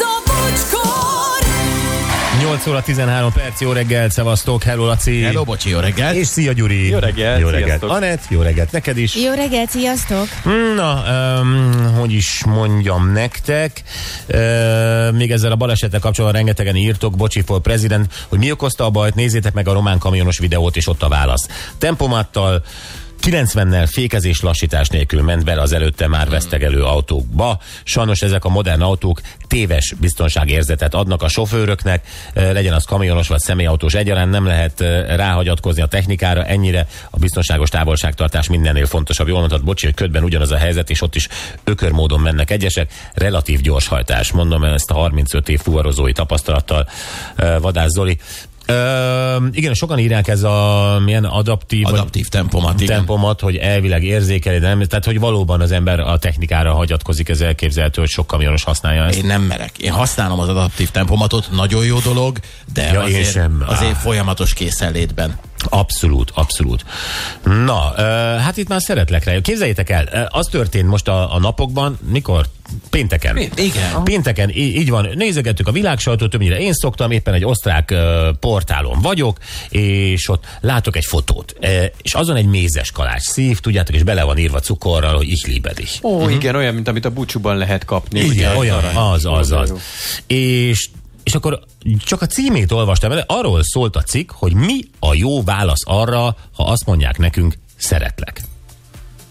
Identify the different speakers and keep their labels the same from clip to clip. Speaker 1: a bocskor!
Speaker 2: 8 óra 13 perc, jó reggelt, szevasztok, hello Laci.
Speaker 3: Hello, bocsi, jó reggelt.
Speaker 2: És szia Gyuri.
Speaker 4: Jó reggelt,
Speaker 2: Jó reggelt.
Speaker 4: sziasztok.
Speaker 2: Anett, jó reggelt neked is.
Speaker 5: Jó reggelt, sziasztok!
Speaker 2: Na, um, hogy is mondjam nektek, uh, még ezzel a balesettel kapcsolatban rengetegen írtok, bocsi for president, hogy mi okozta a bajt, nézzétek meg a román kamionos videót, és ott a válasz. Tempomattal 90-nel fékezés lassítás nélkül ment bele az előtte már vesztegelő autókba. Sajnos ezek a modern autók téves biztonságérzetet adnak a sofőröknek, eh, legyen az kamionos vagy személyautós egyaránt, nem lehet eh, ráhagyatkozni a technikára, ennyire a biztonságos távolságtartás mindennél fontosabb. Jól mondtad, bocsi, hogy ködben ugyanaz a helyzet, és ott is ökör módon mennek egyesek, relatív gyorshajtás. Mondom ezt a 35 év fuvarozói tapasztalattal eh, Vadász Zoli. Ö, igen, sokan írják ez a milyen adaptív, vagy-
Speaker 3: Adaptív tempomat, igen.
Speaker 2: tempomat, hogy elvileg érzékeli, de nem, tehát hogy valóban az ember a technikára hagyatkozik, ez elképzelhető, hogy sok kamionos használja ezt.
Speaker 3: Én nem merek. Én használom az adaptív tempomatot, nagyon jó dolog, de
Speaker 2: Ja, én
Speaker 3: azért,
Speaker 2: sem.
Speaker 3: azért folyamatos készenlétben.
Speaker 2: Abszolút, abszolút. Na, ö, hát itt már szeretlek rá. Képzeljétek el, ö, az történt most a, a napokban, mikor? Pénteken.
Speaker 3: igen.
Speaker 2: Pénteken, í- így van, nézegettük a világsajtót, többnyire én szoktam, éppen egy osztrák ö, portálon vagyok, és ott látok egy fotót, Ö, és azon egy mézes kalács szív, tudjátok, és bele van írva cukorral, hogy ich liebe dich.
Speaker 4: Ó, uh-huh. igen, olyan, mint amit a búcsúban lehet kapni.
Speaker 2: Igen, olyan, az, az, az.
Speaker 4: Jó.
Speaker 2: És, és akkor csak a címét olvastam el, arról szólt a cikk, hogy mi a jó válasz arra, ha azt mondják nekünk, szeretlek.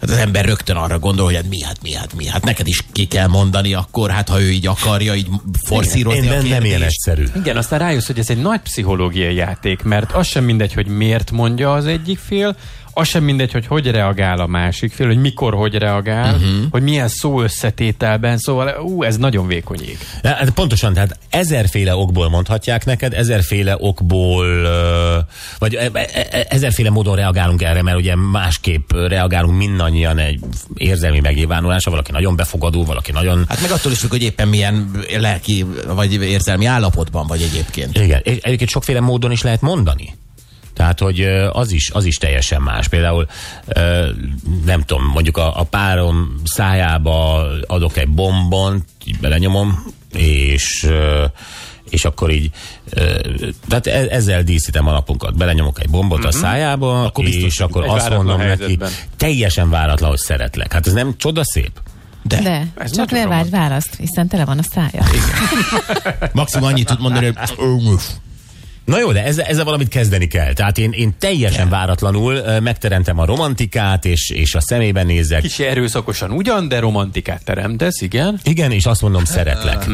Speaker 3: Hát az ember rögtön arra gondol, hogy hát mi, hát mi, hát mi, hát neked is ki kell mondani akkor, hát ha ő így akarja, így forszírozni
Speaker 2: Én
Speaker 3: a
Speaker 2: nem, nem ilyen
Speaker 3: kérdést.
Speaker 2: egyszerű.
Speaker 4: Igen, aztán rájössz, hogy ez egy nagy pszichológiai játék, mert az sem mindegy, hogy miért mondja az egyik fél, az sem mindegy, hogy hogy reagál a másik fél, hogy mikor hogy reagál, uh-huh. hogy milyen szó összetételben, szóval ú, ez nagyon vékony ég.
Speaker 2: Ja, hát Pontosan, tehát ezerféle okból mondhatják neked, ezerféle okból, ö, vagy e- e- e- ezerféle módon reagálunk erre, mert ugye másképp reagálunk mindannyian egy érzelmi megnyilvánulása, valaki nagyon befogadó, valaki nagyon
Speaker 3: Hát meg attól is függ, hogy éppen milyen lelki vagy érzelmi állapotban vagy egyébként.
Speaker 2: Igen, és egyébként sokféle módon is lehet mondani. Tehát, hogy ö, az is, az is teljesen más. Például, ö, nem tudom, mondjuk a, a párom szájába adok egy bombont, így belenyomom, és, ö, és akkor így, ö, tehát e- ezzel díszítem a napunkat. Belenyomok egy bombot a szájába, akkor
Speaker 4: Mhm. biztos,
Speaker 2: és akkor
Speaker 4: egy
Speaker 2: azt
Speaker 4: váratlan
Speaker 2: mondom neki,
Speaker 4: helyzetben.
Speaker 2: teljesen váratlan, hogy szeretlek. Hát ez nem csodaszép?
Speaker 3: De, De.
Speaker 5: De,
Speaker 4: Ez
Speaker 5: csak
Speaker 4: nagyon
Speaker 5: ne várj választ, hiszen tele van a szája.
Speaker 3: maximum annyit tud mondani, hogy
Speaker 2: Na jó, de ezzel, ezzel valamit kezdeni kell. Tehát én, én teljesen váratlanul ö, megteremtem a romantikát, és, és a szemébe nézek.
Speaker 4: Kicsi erőszakosan ugyan, de romantikát teremtesz, igen.
Speaker 2: Igen, és azt mondom, szeretlek.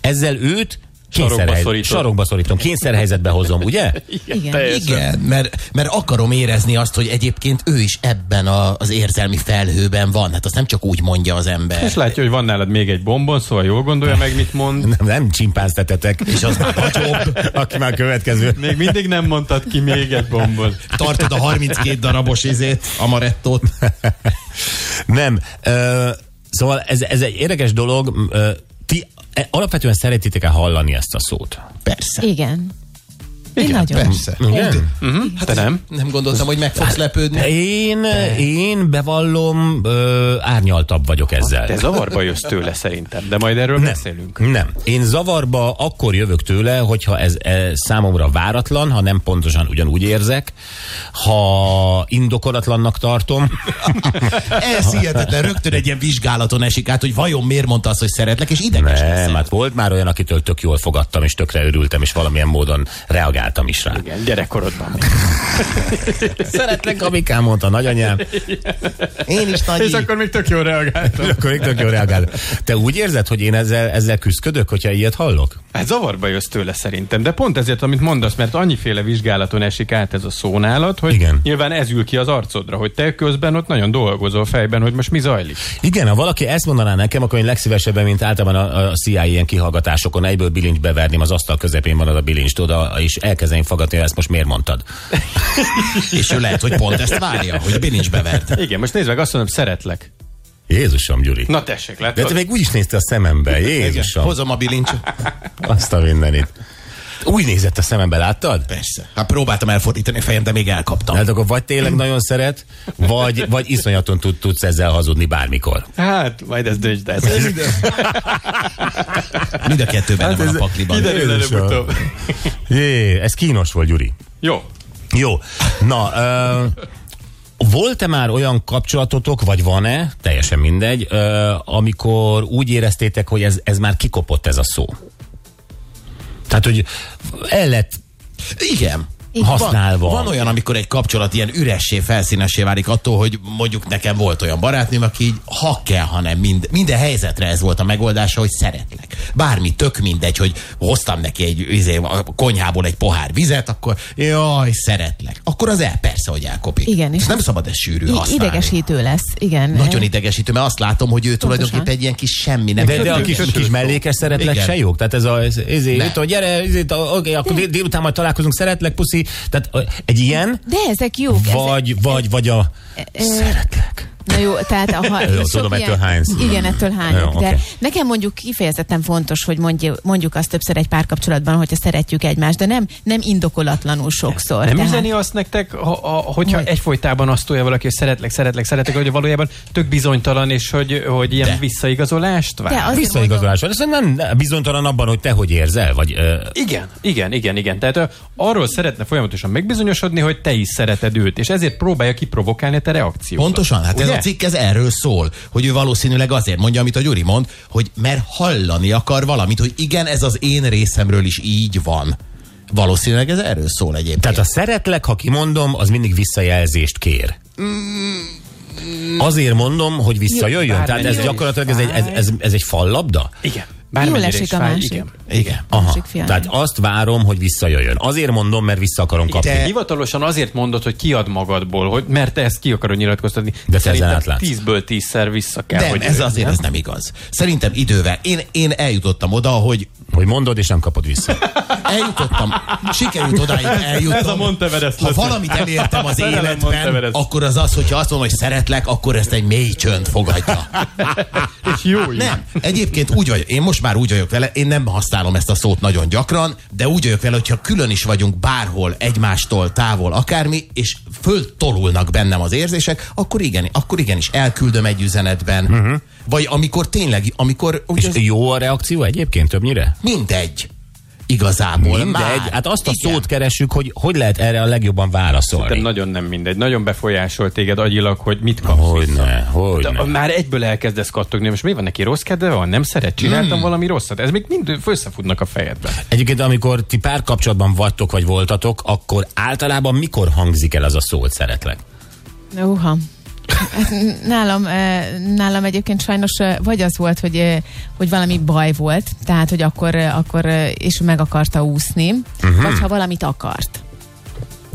Speaker 2: Ezzel őt kényszerhely-
Speaker 4: szorítod.
Speaker 2: Mhm. sarokba szorítom, kényszerhelyzetbe hozom, ugye?
Speaker 5: Igen.
Speaker 3: Igen, mert, mert akarom érezni azt, hogy egyébként ő is ebben a, az érzelmi felhőben van. Hát azt nem csak úgy mondja az
Speaker 4: És
Speaker 3: ember.
Speaker 4: látja, hogy van nálad még egy bombon, szóval jól gondolja meg, mit mond.
Speaker 2: Nem, nem csimpáztetetek. És az már nagyobb, aki már következő.
Speaker 4: Még mindig nem mondtad ki még egy bombon.
Speaker 3: Tartod a 32 darabos izét, amarettót.
Speaker 2: Nem. Ö, szóval ez, ez egy érdekes dolog. Ö, ti e, alapvetően szeretitek-e hallani ezt a szót?
Speaker 3: Persze.
Speaker 5: Igen. Én nagyon.
Speaker 3: Persze.
Speaker 2: Igen?
Speaker 4: Hát te nem?
Speaker 3: Nem gondoltam, hogy meg fogsz lepődni.
Speaker 2: Én, én bevallom, ö, árnyaltabb vagyok ezzel.
Speaker 4: Te zavarba jössz tőle szerintem, de majd erről nem. beszélünk.
Speaker 2: Nem. Én zavarba akkor jövök tőle, hogyha ez, ez számomra váratlan, ha nem pontosan ugyanúgy érzek, ha indokolatlannak tartom.
Speaker 3: Ez hihetetlen. Rögtön egy ilyen vizsgálaton esik át, hogy vajon miért mondta azt, hogy szeretlek, és ideges
Speaker 2: Nem,
Speaker 3: leszel.
Speaker 2: hát volt már olyan, akitől tök jól fogadtam, és tökre örültem, és valamilyen módon reagáltam is rá.
Speaker 4: Igen, gyerekkorodban.
Speaker 2: Szeretlek, amikám mondta nagyanyám,
Speaker 3: Én is nagy
Speaker 4: És akkor még tök jól reagáltam.
Speaker 2: akkor még tök jól reagáltam. Te úgy érzed, hogy én ezzel, ezzel küzdködök, hogyha ilyet hallok?
Speaker 4: Hát zavarba jössz tőle szerintem, de pont ezért, amit mondasz, mert annyiféle vizsgálaton esik át ez a szó nálad, hogy
Speaker 2: Igen.
Speaker 4: nyilván ez ül ki az arcodra, hogy te közben ott nagyon dolgozol fejben, hogy most mi zajlik.
Speaker 2: Igen, ha valaki ezt mondaná nekem, akkor én legszívesebben, mint általában a, a CIA ilyen kihallgatásokon, egyből bilincs beverném, az asztal közepén van az a bilincs, oda, és elkezdeném fogadni, hogy ezt most miért mondtad.
Speaker 3: És ő lehet, hogy pont ezt várja, hogy bilincs bevert.
Speaker 4: Igen, most nézd meg, azt mondom, szeretlek.
Speaker 2: Jézusom, Gyuri.
Speaker 4: Na tessék,
Speaker 2: De te
Speaker 4: látod?
Speaker 2: még úgy is nézte a szemembe, Jézusom,
Speaker 3: Hozom a bilincsot.
Speaker 2: azt a mindenit. Úgy nézett a szemembe, láttad?
Speaker 3: Persze. Hát próbáltam elfordítani a fejem, de még elkaptam.
Speaker 2: Hát akkor vagy tényleg nagyon szeret, vagy, vagy iszonyaton tud, tudsz ezzel hazudni bármikor.
Speaker 4: Hát, majd ez döntsd el. Ez
Speaker 3: Mind a kettő
Speaker 2: Hát
Speaker 3: benne van a pakliban.
Speaker 4: kiderül
Speaker 2: Jézusom.
Speaker 4: előbb-utóbb.
Speaker 2: Jé, ez kínos volt, Gyuri.
Speaker 4: Jó.
Speaker 2: Jó, na, ö, volt-e már olyan kapcsolatotok, vagy van-e, teljesen mindegy, ö, amikor úgy éreztétek, hogy ez, ez már kikopott ez a szó? Tehát, hogy el lett
Speaker 3: Igen.
Speaker 5: Igen.
Speaker 2: használva.
Speaker 3: Van, van olyan, amikor egy kapcsolat ilyen üressé, felszínesé válik attól, hogy mondjuk nekem volt olyan barátnőm, aki így ha kell, hanem mind, minden helyzetre ez volt a megoldása, hogy szeretlek. Bármi, tök mindegy, hogy hoztam neki egy izé, a konyhából egy pohár vizet, akkor jaj, szeretlek. Akkor az el persze, hogy elkopik.
Speaker 5: Igen, és
Speaker 3: és nem szabad ez sűrű
Speaker 5: I-
Speaker 3: használni.
Speaker 5: idegesítő lesz, igen.
Speaker 3: Nagyon idegesítő, mert azt látom, hogy ő
Speaker 5: Pontosan.
Speaker 3: tulajdonképpen egy ilyen kis semmi nem.
Speaker 2: De, de a kis, kis mellékes szeretlek
Speaker 3: Igen.
Speaker 2: se jó. Tehát ez a, ez, ez,
Speaker 3: Ne.
Speaker 2: itt, hogy gyere, ez, itt, a- oké, akkor dél- délután majd találkozunk, szeretlek, puszi. Tehát ö, egy ilyen,
Speaker 5: De ezek jók. ezek-
Speaker 2: vagy, vagy, vagy a
Speaker 5: ö,
Speaker 2: szeretlek.
Speaker 5: Na jó, tehát a ha,
Speaker 2: Jó,
Speaker 5: sok
Speaker 2: tudom,
Speaker 5: ilyen-
Speaker 2: ettől hánysz.
Speaker 5: Igen, ettől hányok.
Speaker 2: Jó,
Speaker 5: de
Speaker 2: oké.
Speaker 5: nekem mondjuk kifejezetten fontos, hogy mondjuk, mondjuk azt többször egy párkapcsolatban, hogyha szeretjük egymást, de nem, nem indokolatlanul sokszor.
Speaker 4: Nem
Speaker 5: tehát,
Speaker 4: üzeni azt nektek, ha, a, hogyha
Speaker 5: Hogy?
Speaker 4: egyfolytában azt tolja valaki, hogy szeretlek, szeretlek, szeretlek, hogy valójában tök bizonytalan, és hogy, hogy ilyen
Speaker 3: De.
Speaker 4: visszaigazolást vár.
Speaker 5: de azért mondom-
Speaker 2: Visszaigazolás van. Ez nem nem bizonytalan abban, hogy te hogy érzel, vagy... ö,
Speaker 4: Igen, igen, igen, igen. Tehát ö, arról szeretne folyamatosan megbizonyosodni, hogy te is szereted őt, és ezért próbálja kiprovokálni a te reakciót.
Speaker 3: Pontosan, hát ez
Speaker 4: Ugye?
Speaker 3: a cikk ez erről szól, hogy ő valószínűleg azért mondja, amit a Gyuri mond, hogy mert hallani akar valamit, hogy igen, ez az én részemről is így van. Valószínűleg ez erről szól egyébként.
Speaker 2: Tehát a szeretlek, ha kimondom, az mindig visszajelzést kér. Azért mondom, hogy visszajöjjön. Tehát
Speaker 4: bármennyire
Speaker 2: ez
Speaker 4: is
Speaker 2: gyakorlatilag ez egy, ez, ez, ez egy fallabda?
Speaker 4: Igen.
Speaker 5: Jól
Speaker 4: Bármennyire
Speaker 5: esik
Speaker 4: is
Speaker 5: a
Speaker 4: fáj,
Speaker 5: másik.
Speaker 4: igen.
Speaker 3: Igen.
Speaker 2: Aha.
Speaker 5: Másik fiatal.
Speaker 2: Tehát azt várom, hogy visszajöjjön. Azért mondom, mert vissza akarom kapni.
Speaker 4: Te... Hivatalosan azért mondod, hogy kiad magadból, hogy, mert te ezt ki akarod nyilatkoztatni.
Speaker 2: ezen
Speaker 4: Szerintem
Speaker 2: átlátsz.
Speaker 4: 10-ből 10-szer vissza kell.
Speaker 3: Nem,
Speaker 4: hogy
Speaker 3: ez azért ez nem igaz. Szerintem idővel. Én, én eljutottam oda, hogy
Speaker 2: Hogy mondod, és nem kapod vissza.
Speaker 3: Hát eljutottam, sikerült odáig eljutnom.
Speaker 4: Ez a Monteverest
Speaker 3: Ha
Speaker 4: lesz.
Speaker 3: valamit elértem az
Speaker 4: Szerelem
Speaker 3: életben,
Speaker 4: Monteverest.
Speaker 3: akkor az az, hogyha azt mondom, hogy szeretlek, akkor ezt egy mély csönd fogadja.
Speaker 4: És jó is.
Speaker 3: Hát Nem, egyébként úgy vagyok, én most már úgy vagyok vele, én nem használom ezt a szót nagyon gyakran, de úgy vagyok vele, hogyha külön is vagyunk bárhol, egymástól, távol, akármi, és föltolulnak bennem az érzések, akkor igen, akkor igenis elküldöm egy üzenetben. Uh-huh. Vagy amikor tényleg, amikor úgy
Speaker 2: Mhm. És
Speaker 3: az,
Speaker 2: jó a reakció egyébként többnyire?
Speaker 3: mindegy, igazából
Speaker 2: Mindegy.
Speaker 3: már.
Speaker 2: Hát azt a
Speaker 3: Igen.
Speaker 2: szót keressük, hogy hogy lehet erre a legjobban válaszolni.
Speaker 4: Szerintem nagyon nem mindegy. Nagyon befolyásol téged agyilag, hogy mit kapsz.
Speaker 2: Hogyne, hogyne.
Speaker 4: De már egyből elkezdesz kattogni, most mi van neki rossz kedve van? Nem szeret, csináltam hmm. valami rosszat. Ez még mind összefutnak a fejedbe.
Speaker 2: Egyébként, amikor ti párkapcsolatban vagytok, vagy voltatok, akkor általában mikor hangzik el az a szó, hogy szeretlek?
Speaker 5: Uha. Hát n- Nálam, eh, nálam egyébként sajnos eh, vagy az volt, hogy, eh, hogy valami baj volt, tehát hogy akkor, eh, akkor eh, és meg akarta úszni,
Speaker 2: Mhm.
Speaker 5: uh-huh. vagy ha valamit akart.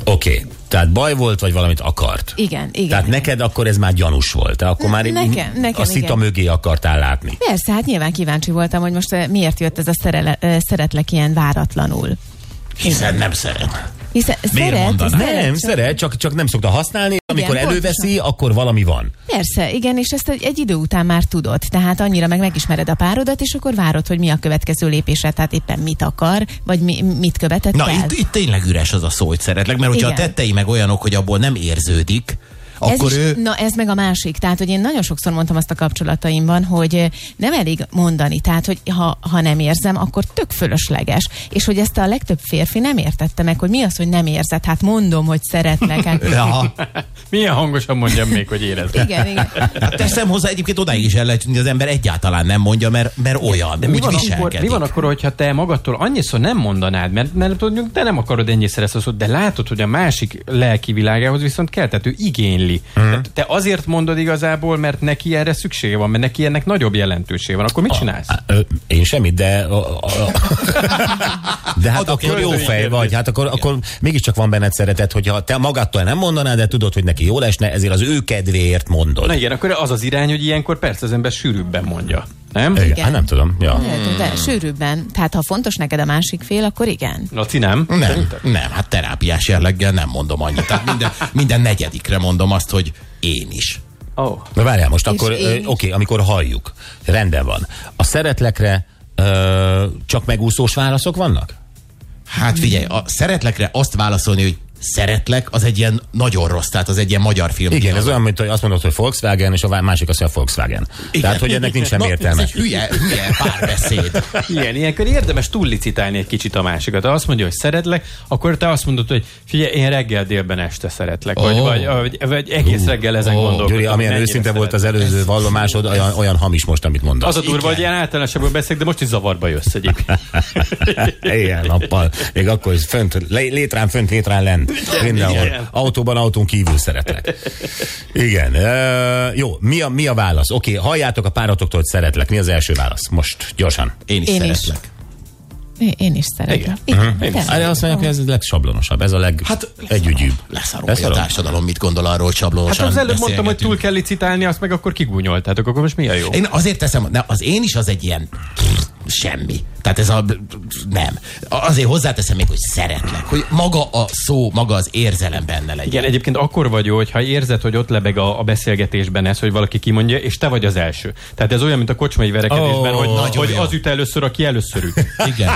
Speaker 2: Oké, okay. tehát baj volt, vagy valamit akart.
Speaker 5: Igen, igen.
Speaker 2: Tehát neked akkor ez már gyanús volt, te akkor már
Speaker 5: Nekem- nekem
Speaker 2: a szita
Speaker 5: igen.
Speaker 2: mögé akartál látni.
Speaker 5: Persze, hát nyilván kíváncsi voltam, hogy most eh, miért jött ez a szerele, eh, szeretlek ilyen váratlanul.
Speaker 3: Hiszen nem szeret.
Speaker 5: Hiszen szeret,
Speaker 3: mondaná?
Speaker 5: szeret,
Speaker 2: Nem,
Speaker 5: csak-
Speaker 2: szeret, csak, csak nem szokta használni, amikor
Speaker 5: pontosan.
Speaker 2: előveszi, akkor valami van.
Speaker 5: Persze, igen, és ezt egy egy idő után már tudod. Tehát annyira meg megismered a párodat, és akkor várod, hogy mi a következő lépésre, tehát éppen mit akar, vagy mi, mit követett
Speaker 3: Na,
Speaker 5: el.
Speaker 3: itt, itt tényleg üres az a szó, hogy szeretlek, mert hogyha
Speaker 5: Igen.
Speaker 3: a tettei meg olyanok, hogy abból nem érződik, akkor
Speaker 5: ez is,
Speaker 3: ő...
Speaker 5: Na ez meg a másik, tehát hogy én nagyon sokszor mondtam azt a kapcsolataimban, hogy eh, nem elég mondani, tehát hogy ha, ha nem érzem, akkor tök fölösleges. És hogy ezt a legtöbb férfi nem értette meg, hogy mi az, hogy nem érzed, hát mondom, hogy szeretlek. Hát,
Speaker 3: Ja.
Speaker 4: Milyen hangosan mondjam még, hogy érezd.
Speaker 5: igen, igen.
Speaker 3: Hát teszem hozzá, egyébként odáig is el lehet jutni, az ember egyáltalán nem mondja, mert, mert olyan, de
Speaker 4: Mi
Speaker 3: úgy
Speaker 4: van, akkor, mi
Speaker 3: viselkedik.
Speaker 4: van akkor, hogyha te magadtól annyiszor nem mondanád, mert, mert tudjuk, te nem akarod ennyiszer ezt a szót, de látod, hogy a másik lelki világához viszont kell, tehát ő igényli. Mm. Tehát te azért mondod igazából, mert neki erre szüksége van, mert neki ennek nagyobb jelentősége van. Akkor mit csinálsz?
Speaker 2: Á, ö, Én semmit, de... ö, ö, De hát
Speaker 3: Adok
Speaker 2: akkor jó
Speaker 3: körülmény
Speaker 2: fej
Speaker 3: kérdést.
Speaker 2: vagy, hát akkor, akkor mégiscsak van benned szeretet, hogyha te magadtól nem mondanád, de tudod, hogy neki jól esne, ezért az ő kedvéért mondod.
Speaker 4: Na igen, akkor az az irány, hogy ilyenkor persze az ember sűrűbben mondja. Nem?
Speaker 2: Igen.
Speaker 5: igen.
Speaker 2: Hát nem tudom. Ja.
Speaker 5: Lehet, De sűrűbben. Tehát ha fontos neked a másik fél, akkor igen.
Speaker 4: Laci, nem?
Speaker 3: Nem, nem, hát terápiás jelleggel nem mondom annyit. Tehát minden, minden negyedikre mondom azt, hogy én is.
Speaker 4: Oh.
Speaker 2: Na várjál most, akkor
Speaker 5: én
Speaker 2: ö, oké,
Speaker 5: is.
Speaker 2: amikor halljuk, rendben van. A szeretlekre ö, csak megúszós válaszok vannak?
Speaker 3: Hát figyelj, a szeretlekre azt válaszolni, hogy szeretlek, az egy ilyen nagyon rossz, tehát az egy ilyen magyar film.
Speaker 2: Igen, ez olyan, mint hogy azt mondod, hogy Volkswagen, és a másik azt mondja, Volkswagen. Igen. Tehát, hogy ennek nincs semmi értelme.
Speaker 3: Ez egy hülye, hülye párbeszéd.
Speaker 4: Igen, ilyenkor érdemes túllicitálni egy kicsit a másikat. Ha azt mondja, hogy szeretlek, akkor te azt mondod, hogy figyelj, én reggel, délben, este szeretlek. Vagy,
Speaker 3: Ó.
Speaker 4: vagy, vagy, vagy egész reggel ezen
Speaker 3: Ó.
Speaker 4: gondolkodom.
Speaker 2: Gyuri, amilyen
Speaker 4: mennyire
Speaker 2: őszinte volt az
Speaker 4: szeretlek.
Speaker 2: előző vallomásod, olyan, olyan hamis most, amit mondasz.
Speaker 4: Az a durva,
Speaker 3: Igen.
Speaker 4: hogy ilyen általánosabban beszélek, de most is zavarba jössz egyébként. Hát
Speaker 2: Éjjel-nappal. Még akkor is fönt, lé- létrán fönt, létrán lent. Mindenhol.
Speaker 4: igen.
Speaker 2: Autóban, autón kívül szeretlek. Igen. Ö, jó, mi a, mi a válasz? Oké, halljátok a páratoktól, hogy szeretlek. Mi az első válasz? Most, gyorsan.
Speaker 3: Én is
Speaker 5: Én
Speaker 3: Én
Speaker 5: is.
Speaker 3: szeretlek. Is.
Speaker 5: Én- Én is szeretem. Igen. Igen.
Speaker 2: Erre Hmm. Hát, azt mondják, hogy ez a legsablonosabb, ez a leg
Speaker 3: Hát,
Speaker 2: együgyűbb.
Speaker 3: Leszarolja a társadalom, mit gondol arról, hogy
Speaker 4: Hát
Speaker 3: sablonosan
Speaker 4: az előbb mondtam, hogy
Speaker 3: beszélgetünk.
Speaker 4: túl kell licitálni, azt meg akkor kigúnyoltátok, akkor most mi a jó?
Speaker 3: Én azért teszem, ne, az én is az egy ilyen pff, semmi. Tehát ez a... Nem. Azért hozzáteszem még, hogy szeretlek. Hogy maga a szó, maga az érzelem benne legyen.
Speaker 4: Igen, egyébként akkor vagy jó, hogyha érzed, hogy ott lebeg a, a beszélgetésben ez, hogy valaki kimondja, és te vagy az első. Tehát ez olyan, mint a kocsmai verekedésben,
Speaker 2: Ó,
Speaker 4: oh, hogy,
Speaker 3: nagyon
Speaker 4: hogy
Speaker 3: jó.
Speaker 4: az üt először, aki először üt.
Speaker 3: Igen.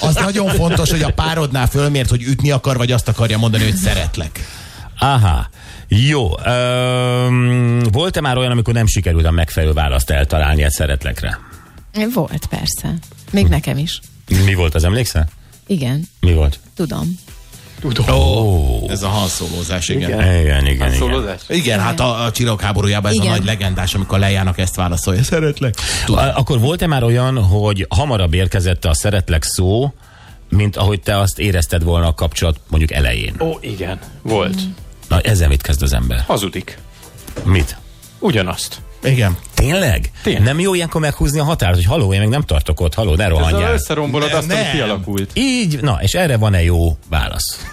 Speaker 3: Az nagyon fontos, hogy a párodnál fölmért, hogy ütni akar, vagy azt akarja mondani, hogy szeretlek.
Speaker 2: Aha. Jó. Um, volt-e már olyan, amikor nem sikerült a megfelelő választ eltalálni egy szeretlekre?
Speaker 5: Volt persze. Még nekem is.
Speaker 2: Mi volt az, emlékszel?
Speaker 5: Igen,
Speaker 2: Mi volt?
Speaker 5: tudom.
Speaker 3: Ez a hanszólózás, igen. igen.
Speaker 2: Igen, igen, igen.
Speaker 4: Szólózás?
Speaker 3: Igen, hát a, a csillagháborújában ez igen.
Speaker 5: Igen.
Speaker 3: a nagy legendás, amikor lejának ezt válaszolja. Szeretlek. Tudom.
Speaker 2: A- Akkor volt-e már olyan, hogy hamarabb érkezett a szeretlek szó, mint ahogy te azt érezted volna a kapcsolat mondjuk elején?
Speaker 4: Ó, igen, volt.
Speaker 2: Na, ezzel mit kezd az ember?
Speaker 4: Hazudik.
Speaker 2: Mit?
Speaker 4: Ugyanazt.
Speaker 3: Igen.
Speaker 2: Tényleg?
Speaker 4: Tényleg.
Speaker 2: Nem jó ilyenkor meghúzni a határt, hogy haló, én meg nem tartok ott, haló, ne
Speaker 4: Ez a
Speaker 2: rohanjál.
Speaker 4: összerombolod
Speaker 3: Nem,
Speaker 4: azt, ami
Speaker 3: nem.
Speaker 4: kialakult.
Speaker 2: Így, na, és erre van-e jó válasz?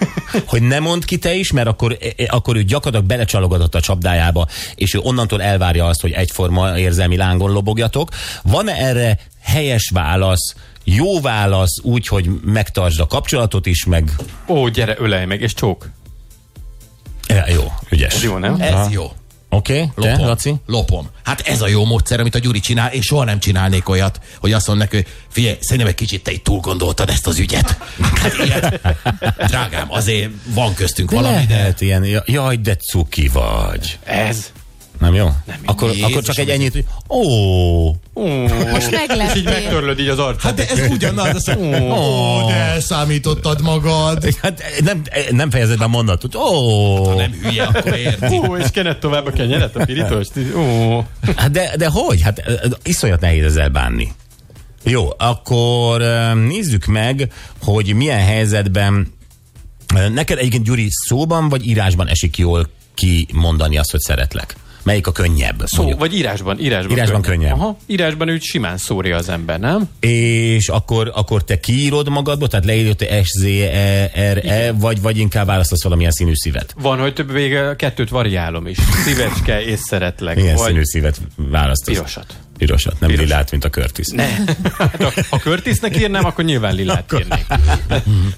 Speaker 2: Hogy ne mondd ki te is, mert akkor, e- e- akkor ő gyakorlatilag belecsalogatott a csapdájába, és ő onnantól elvárja azt, hogy egyforma érzelmi lángon lobogjatok. Van-e erre helyes válasz, jó válasz, úgy, hogy megtartsd a kapcsolatot is, meg
Speaker 4: Ó, gyere, ölej meg, és csók.
Speaker 2: e, jó,
Speaker 4: Ez
Speaker 2: ügyes.
Speaker 4: jó, nem?
Speaker 3: Ez jó.
Speaker 2: Oké, okay, te,
Speaker 3: Lopom.
Speaker 2: Laci?
Speaker 3: Lopom. Hát ez a jó módszer, amit a Gyuri csinál, és soha nem csinálnék olyat, hogy azt mondom neki, hogy figyelj, szerintem egy kicsit te itt túl gondoltad ezt az ügyet. Hát ilyet. Drágám, azért van köztünk valami,
Speaker 2: Valami
Speaker 3: de...
Speaker 2: lehet ilyen, ja- jaj, de cuki vagy.
Speaker 4: Ez.
Speaker 2: Nem jó? Nem akkor,
Speaker 3: Jézus,
Speaker 2: akkor csak egy
Speaker 3: amit-
Speaker 2: ennyit, hogy ó,
Speaker 5: Most
Speaker 4: És így
Speaker 5: megleptél.
Speaker 4: megtörlöd így az arcát.
Speaker 3: Hát de ez ugyanaz, az, ó, de elszámítottad magad.
Speaker 2: hát nem, nem fejezed be a mondatot, ó.
Speaker 3: Hát, Nem hülye, akkor érti.
Speaker 4: Ó, és kened tovább a kenyeret, a pirítost. Ó.
Speaker 2: Hát de, de hogy? Hát ö, ö, iszonyat nehéz ezzel bánni. Jó, akkor ö, nézzük meg, hogy milyen helyzetben ö, neked egyébként Gyuri szóban vagy írásban esik jól ki mondani azt, hogy szeretlek. Melyik a könnyebb?
Speaker 4: Szó,
Speaker 2: mondjuk?
Speaker 4: vagy írásban, írásban.
Speaker 2: Írásban könnyebb.
Speaker 4: Aha, írásban úgy simán szórja az ember, nem?
Speaker 2: És akkor, akkor te kiírod magadból, tehát leírod, hogy S, Z, E, R, E, vagy, vagy inkább választasz valamilyen színű szívet.
Speaker 4: Van, hogy több vége, kettőt variálom is. Szívecske és szeretlek.
Speaker 2: Milyen
Speaker 4: vagy
Speaker 2: színű szívet választasz?
Speaker 4: Pirosat.
Speaker 2: Pirosat, nem lilát, mint a Curtis. Ne.
Speaker 4: Hát ha, ha Curtisnek írnám, akkor nyilván lilát írnék.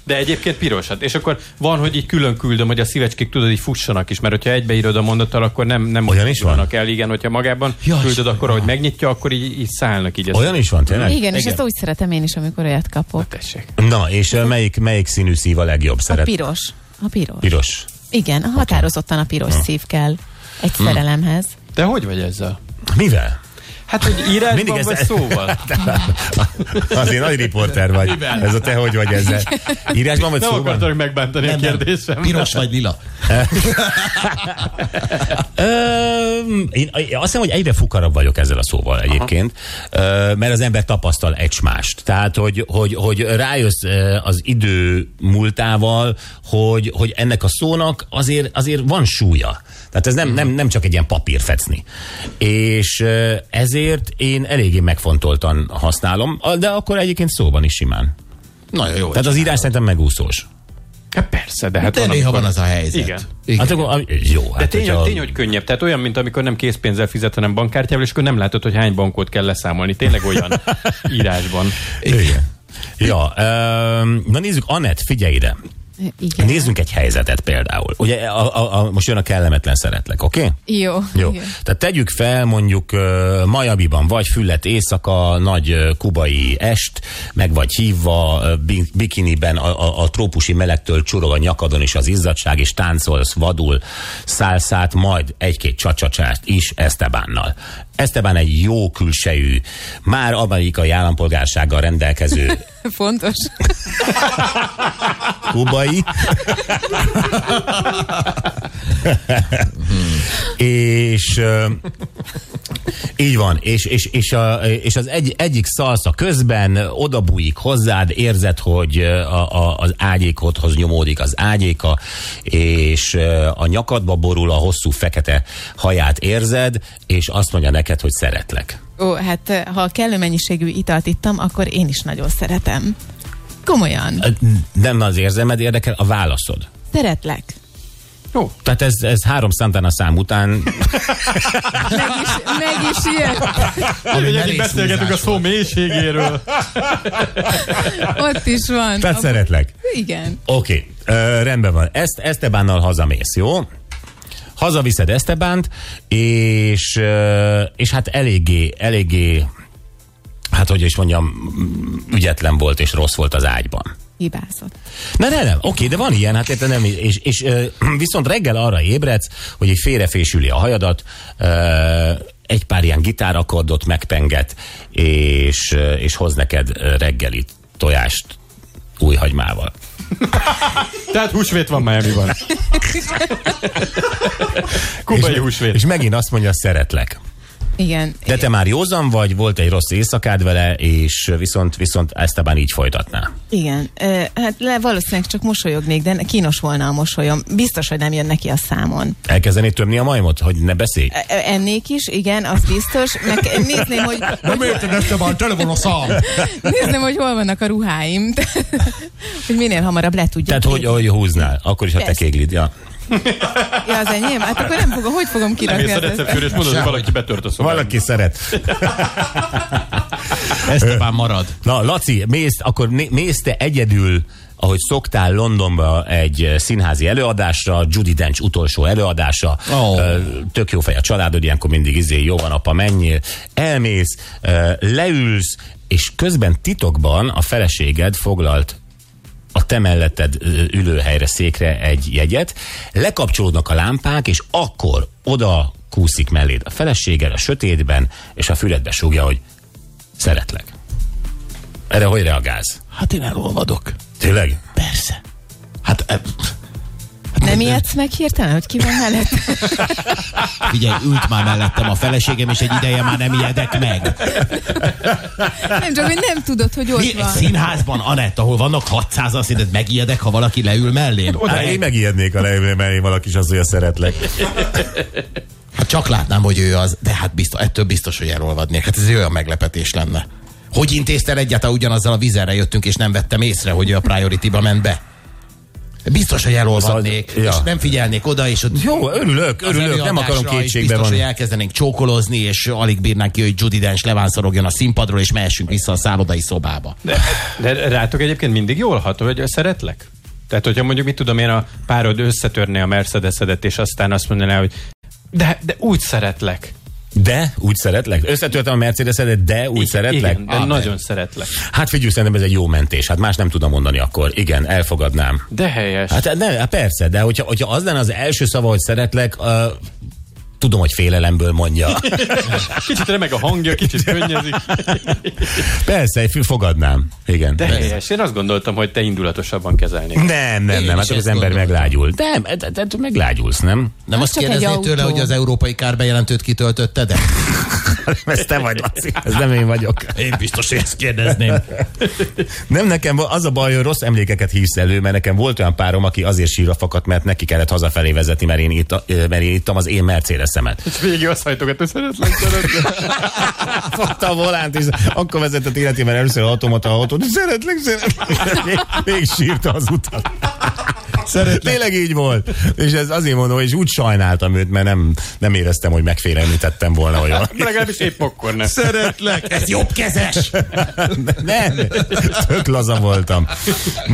Speaker 4: De egyébként pirosat. És akkor van, hogy így külön küldöm, hogy a szívecskék tudod, így fussanak is, mert hogyha egybeírod a mondattal, akkor nem, nem
Speaker 2: Olyan is van?
Speaker 4: ugranak el, igen, hogyha magában
Speaker 3: Ja,
Speaker 4: küldöd,
Speaker 3: Istenem.
Speaker 4: akkor ahogy megnyitja, akkor így, így szállnak így. az-
Speaker 2: Olyan is van, tényleg?
Speaker 5: Igen, és ezt úgy szeretem én is, amikor olyat kapok.
Speaker 4: Tessék.
Speaker 2: Na, és ö, melyik, melyik színű szív a legjobb
Speaker 5: A
Speaker 2: szeret?
Speaker 5: piros. A piros.
Speaker 2: Piros.
Speaker 5: Igen, határozottan a piros
Speaker 2: Hm.
Speaker 5: szív kell egy szerelemhez.
Speaker 4: De hogy vagy ezzel?
Speaker 2: Mivel?
Speaker 4: Hát, hogy írásban
Speaker 2: Mindig
Speaker 4: Mindig
Speaker 2: ez- Hát,
Speaker 4: vagy szóval?
Speaker 2: Azért nagy riporter vagy. Ez a te hogy vagy ezzel. Írásban vagy
Speaker 4: Nem
Speaker 2: szóban?
Speaker 4: akartalak megbántani a kérdésem.
Speaker 3: Piros vagy lila?
Speaker 2: Öm, Én én azt hiszem, hogy egyre fukarabb vagyok ezzel a szóval egyébként, Ö, mert az ember tapasztal egymást. Tehát, hogy, hogy, hogy rájössz ö, az idő múltával, hogy, hogy ennek a szónak azért, azért van súlya. Tehát ez nem, nem, nem csak egy ilyen papír fecni. És ö, ezért én eléggé megfontoltan használom, a- de akkor egyébként szóban is simán.
Speaker 3: Nagyon jó.
Speaker 2: Tehát az írás szerintem megúszós.
Speaker 4: Hát persze, de hát
Speaker 3: de
Speaker 4: van,
Speaker 3: néha
Speaker 4: amikor-
Speaker 3: van az a helyzet.
Speaker 4: Igen.
Speaker 3: Igen.
Speaker 2: Hát akkor, ami- jó, hát
Speaker 4: De tény,
Speaker 2: hogyha-
Speaker 4: hogy, tény, hogy könnyebb. Tehát olyan, mint amikor nem készpénzzel fizet, hanem bankkártyával, és akkor nem látod, hogy hány bankot kell leszámolni. Tényleg olyan írásban.
Speaker 2: Igen. Ja, öm, na nézzük, Anett, figyelj ide.
Speaker 5: igen.
Speaker 2: Nézzünk egy helyzetet például. Ugye a, a, a, most jön a kellemetlen szeretlek, oké? Okay?
Speaker 5: Jó.
Speaker 2: Jó.
Speaker 5: Igen.
Speaker 2: Tehát tegyük fel mondjuk ö, Majabiban, vagy Füllet éjszaka, nagy ö, kubai est, meg vagy hívva ö, bi- bikiniben a, a, a trópusi melegtől csurog a nyakadon is az izzadság, és táncolsz vadul szálszát, majd egy-két csacsacsát is Estebánnal. Esteban egy jó külsejű, már amerikai állampolgársággal rendelkező
Speaker 5: Fontos.
Speaker 2: kubai. és ö, így van, és, és, és, a, és az egy, egyik szalsza közben odabújik hozzád, érzed, hogy ö, a, a, az ágyékodhoz nyomódik az ágyéka, és ö, a nyakadba borul a hosszú fekete haját érzed, és azt mondja neked, hogy szeretlek.
Speaker 5: Ó, hát eh, ha kellő mennyiségű italt ittam, akkor én is nagyon szeretem. Komolyan.
Speaker 2: Ö, Nem az érzelmed érdekel, a válaszod.
Speaker 5: Szeretlek.
Speaker 4: Jó.
Speaker 2: Tehát ez, ez három számtán a szám után
Speaker 5: Meg is, meg is jött.
Speaker 3: Ami
Speaker 4: Ugye, beszélgetünk a szó mélységéről.
Speaker 5: Ott is van.
Speaker 2: Tehát
Speaker 5: Abba-
Speaker 2: szeretlek.
Speaker 5: Igen.
Speaker 2: Oké, okay. rendben van. Ezt Estebánnal hazamész, jó? Hazaviszed Estebánt, és, ö, és hát eléggé, eléggé, hát hogy is mondjam, m- ügyetlen volt és rossz volt az ágyban.
Speaker 5: Hibázott.
Speaker 2: Ne, ne, nem, oké, de van ilyen, hát érte nem, és, és ö, viszont reggel arra ébredsz, hogy egy félrefésüli a hajadat, ö, egy pár ilyen gitárakkordot megpenget, és, ö, és hoz neked ö, reggeli tojást újhagymával.
Speaker 4: Tehát húsvét van Miami-ban. Kubai
Speaker 2: és,
Speaker 4: húsvét.
Speaker 2: És megint azt mondja, szeretlek.
Speaker 5: Igen.
Speaker 2: De te már józan vagy, volt egy rossz éjszakád vele, és viszont, viszont Esteban így folytatná.
Speaker 5: Igen, Ö, hát le valószínűleg csak mosolyognék, de kínos volna a mosolyom. Biztos, hogy nem jön neki a számon.
Speaker 2: Elkezdeni tömni a majmot, hogy ne beszélj?
Speaker 5: Ö, ö, Ennék is, igen, az biztos. Meg nézném, hogy,
Speaker 3: Nem érted ezt a telefon a szám.
Speaker 5: nézném, hogy hol vannak a ruháim. hogy minél hamarabb le tudjam.
Speaker 2: Tehát, hogy, hogy húznál, akkor is, ha te
Speaker 5: Persze.
Speaker 2: kéglid. Ja.
Speaker 5: Ja, az enyém? Hát akkor nem fogom, hogy fogom
Speaker 4: Nem
Speaker 5: kirakni?
Speaker 4: a
Speaker 5: az-
Speaker 4: receptőr, és mondod, hogy valaki betört a szobába.
Speaker 2: Valaki szeret.
Speaker 3: Esteban marad.
Speaker 2: Na, Laci, mész, akkor né- mész te egyedül, ahogy szoktál Londonba egy eh, színházi előadásra, Judy Dench utolsó előadása,
Speaker 3: Ó.
Speaker 2: Ö, tök jó fej a családod, ilyenkor mindig izé, jó van apa, menjél, elmész, ö, leülsz, és közben titokban a feleséged foglalt a te melletted ö, ülőhelyre, székre egy jegyet, lekapcsolódnak a lámpák, és akkor oda kúszik melléd a feleséged a sötétben, és a füledbe súgja, hogy szeretlek. Erre hogy reagálsz?
Speaker 3: Hát én elolvadok.
Speaker 2: Tényleg?
Speaker 3: Persze. Hát e,
Speaker 5: Nem ijedsz meg hirtelen, hogy ki van mellett?
Speaker 3: figyelj, ült már mellettem a feleségem, és egy ideje már nem ijedek meg.
Speaker 5: Nem csak, hogy nem tudod, hogy ott
Speaker 3: Mi egy
Speaker 5: van.
Speaker 3: színházban, Anett, ahol vannak 600 az de megijedek, ha valaki leül mellém?
Speaker 2: Hát én megijednék, ha leülne mellé valaki is az, hogy a szeretlek.
Speaker 3: Hát csak látnám, hogy ő az, de hát biztos, ettől biztos, hogy elolvadnék. Hát ez egy olyan meglepetés lenne. Hogy intézted egyáltalán ugyanazzal a vizerre jöttünk, és nem vettem észre, hogy ő a priority-ba ment be? Biztos, hogy elolvadnék,
Speaker 2: Szóval-
Speaker 3: ja.
Speaker 2: ja.
Speaker 3: és nem figyelnék oda, és ott
Speaker 2: Jó, örülök,
Speaker 3: az
Speaker 2: örülök, nem
Speaker 3: előadásra
Speaker 2: akarom
Speaker 3: is
Speaker 2: kétségbe
Speaker 3: Biztos, hogy
Speaker 2: vonni.
Speaker 3: elkezdenénk csókolozni, és alig bírnánk ki, hogy Judy Dench levánszorogjon a színpadról, és mehessünk vissza a szállodai szobába.
Speaker 4: De, de rátok egyébként mindig jól hat, hogy szeretlek? Tehát, hogyha mondjuk, mit tudom én, a párod összetörné a Mercedesedet, és aztán azt mondaná, hogy de, de úgy szeretlek.
Speaker 2: De úgy szeretlek. Összetörtem a Mercedesedet, de úgy szeretlek.
Speaker 4: Igen, de
Speaker 3: Amen.
Speaker 4: nagyon szeretlek.
Speaker 2: Hát figyelj, szerintem ez egy jó mentés. Hát más nem tudom mondani akkor. Igen, elfogadnám.
Speaker 4: De helyes. Hát,
Speaker 2: Hát ne, hát persze, de hogyha, hogyha az lenne az első szava, hogy szeretlek, uh, tudom, hogy félelemből mondja.
Speaker 4: kicsit remeg a hangja, kicsit könnyezik.
Speaker 2: persze, fü- fogadnám. Igen.
Speaker 4: De
Speaker 2: persze.
Speaker 4: helyes. Én azt gondoltam, hogy te indulatosabban kezelnéd.
Speaker 2: nem, nem,
Speaker 3: Én
Speaker 2: nem,
Speaker 3: is
Speaker 2: hát akkor az
Speaker 3: ezt
Speaker 2: ember
Speaker 3: gondoltam.
Speaker 2: meglágyul. De, de, de, de meglágyulsz, nem?
Speaker 3: Nem
Speaker 5: Hát
Speaker 3: azt
Speaker 5: csak egy
Speaker 3: kérdeznéd
Speaker 5: autó.
Speaker 3: tőle, hogy az európai kárbejelentőt kitöltötte, de
Speaker 2: Ez te vagy, Laci. Ez nem én vagyok.
Speaker 3: én biztos, hogy ezt kérdezném.
Speaker 2: Nem nekem van- az a baj, hogy rossz emlékeket hívsz elő, mert nekem volt olyan párom, aki azért sírva fakadt, mert neki kellett hazafelé vezetni, mert én, itt, mert én ittam az én Mercedesemet.
Speaker 4: És végig azt hajtogat, hogy szeretlek, szeretlek.
Speaker 2: Fogta a volánt, és akkor vezetett életében először automata autót, szeretlek, szeretlek, még, még sírta az utat.
Speaker 3: Szeretlek.
Speaker 2: Tényleg így volt. És ez azért mondom, és úgy sajnáltam őt, mert nem, nem éreztem, hogy megfélemlítettem volna olyan.
Speaker 4: Legalábbis épp akkor nem.
Speaker 3: Szeretlek. Ez jobb kezes.
Speaker 2: Nem, tök laza voltam.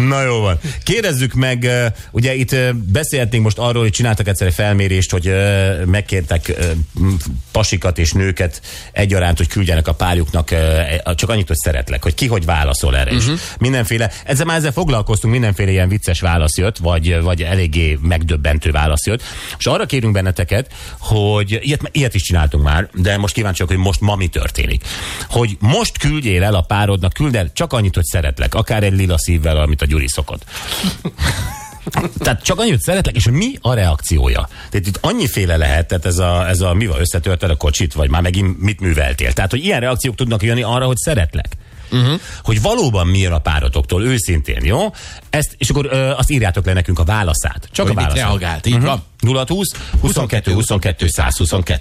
Speaker 2: Na jó van. Kérdezzük meg, ö, ugye itt ö, beszéltünk most arról, hogy csináltak egyszer egy felmérést, hogy ö, megkértek ö, m- pasikat és nőket egyaránt, hogy küldjenek a párjuknak ö, a- csak annyit, hogy szeretlek, hogy ki hogy válaszol erre is. Mindenféle, ezzel már ezzel foglalkoztunk, mindenféle ilyen vicces válasz jött, vagy, vagy eléggé megdöbbentő válasz jött. És arra kérünk benneteket, hogy ilyet, ilyet is csináltunk már, de most kíváncsiak, hogy most ma mi történik. Hogy most küldjél el a párodnak, küld el csak annyit, hogy szeretlek, akár egy lila szívvel, amit a Gyuri szokott. Tehát csak annyit hogy szeretlek, és mi a reakciója? Tehát itt annyiféle lehet, tehát ez a, ez a mi van, összetörted a kocsit, vagy már megint mit műveltél? Tehát, hogy ilyen reakciók tudnak jönni arra, hogy szeretlek. Uh-huh. Hogy valóban mi jön a párotoktól, őszintén, jó? Ezt, és akkor ö, azt írjátok le nekünk a válaszát. Mhm. Csak
Speaker 3: Hogy
Speaker 2: a
Speaker 3: mit
Speaker 2: válaszát.
Speaker 3: reagált, így van?
Speaker 2: 0 20 22 22 122.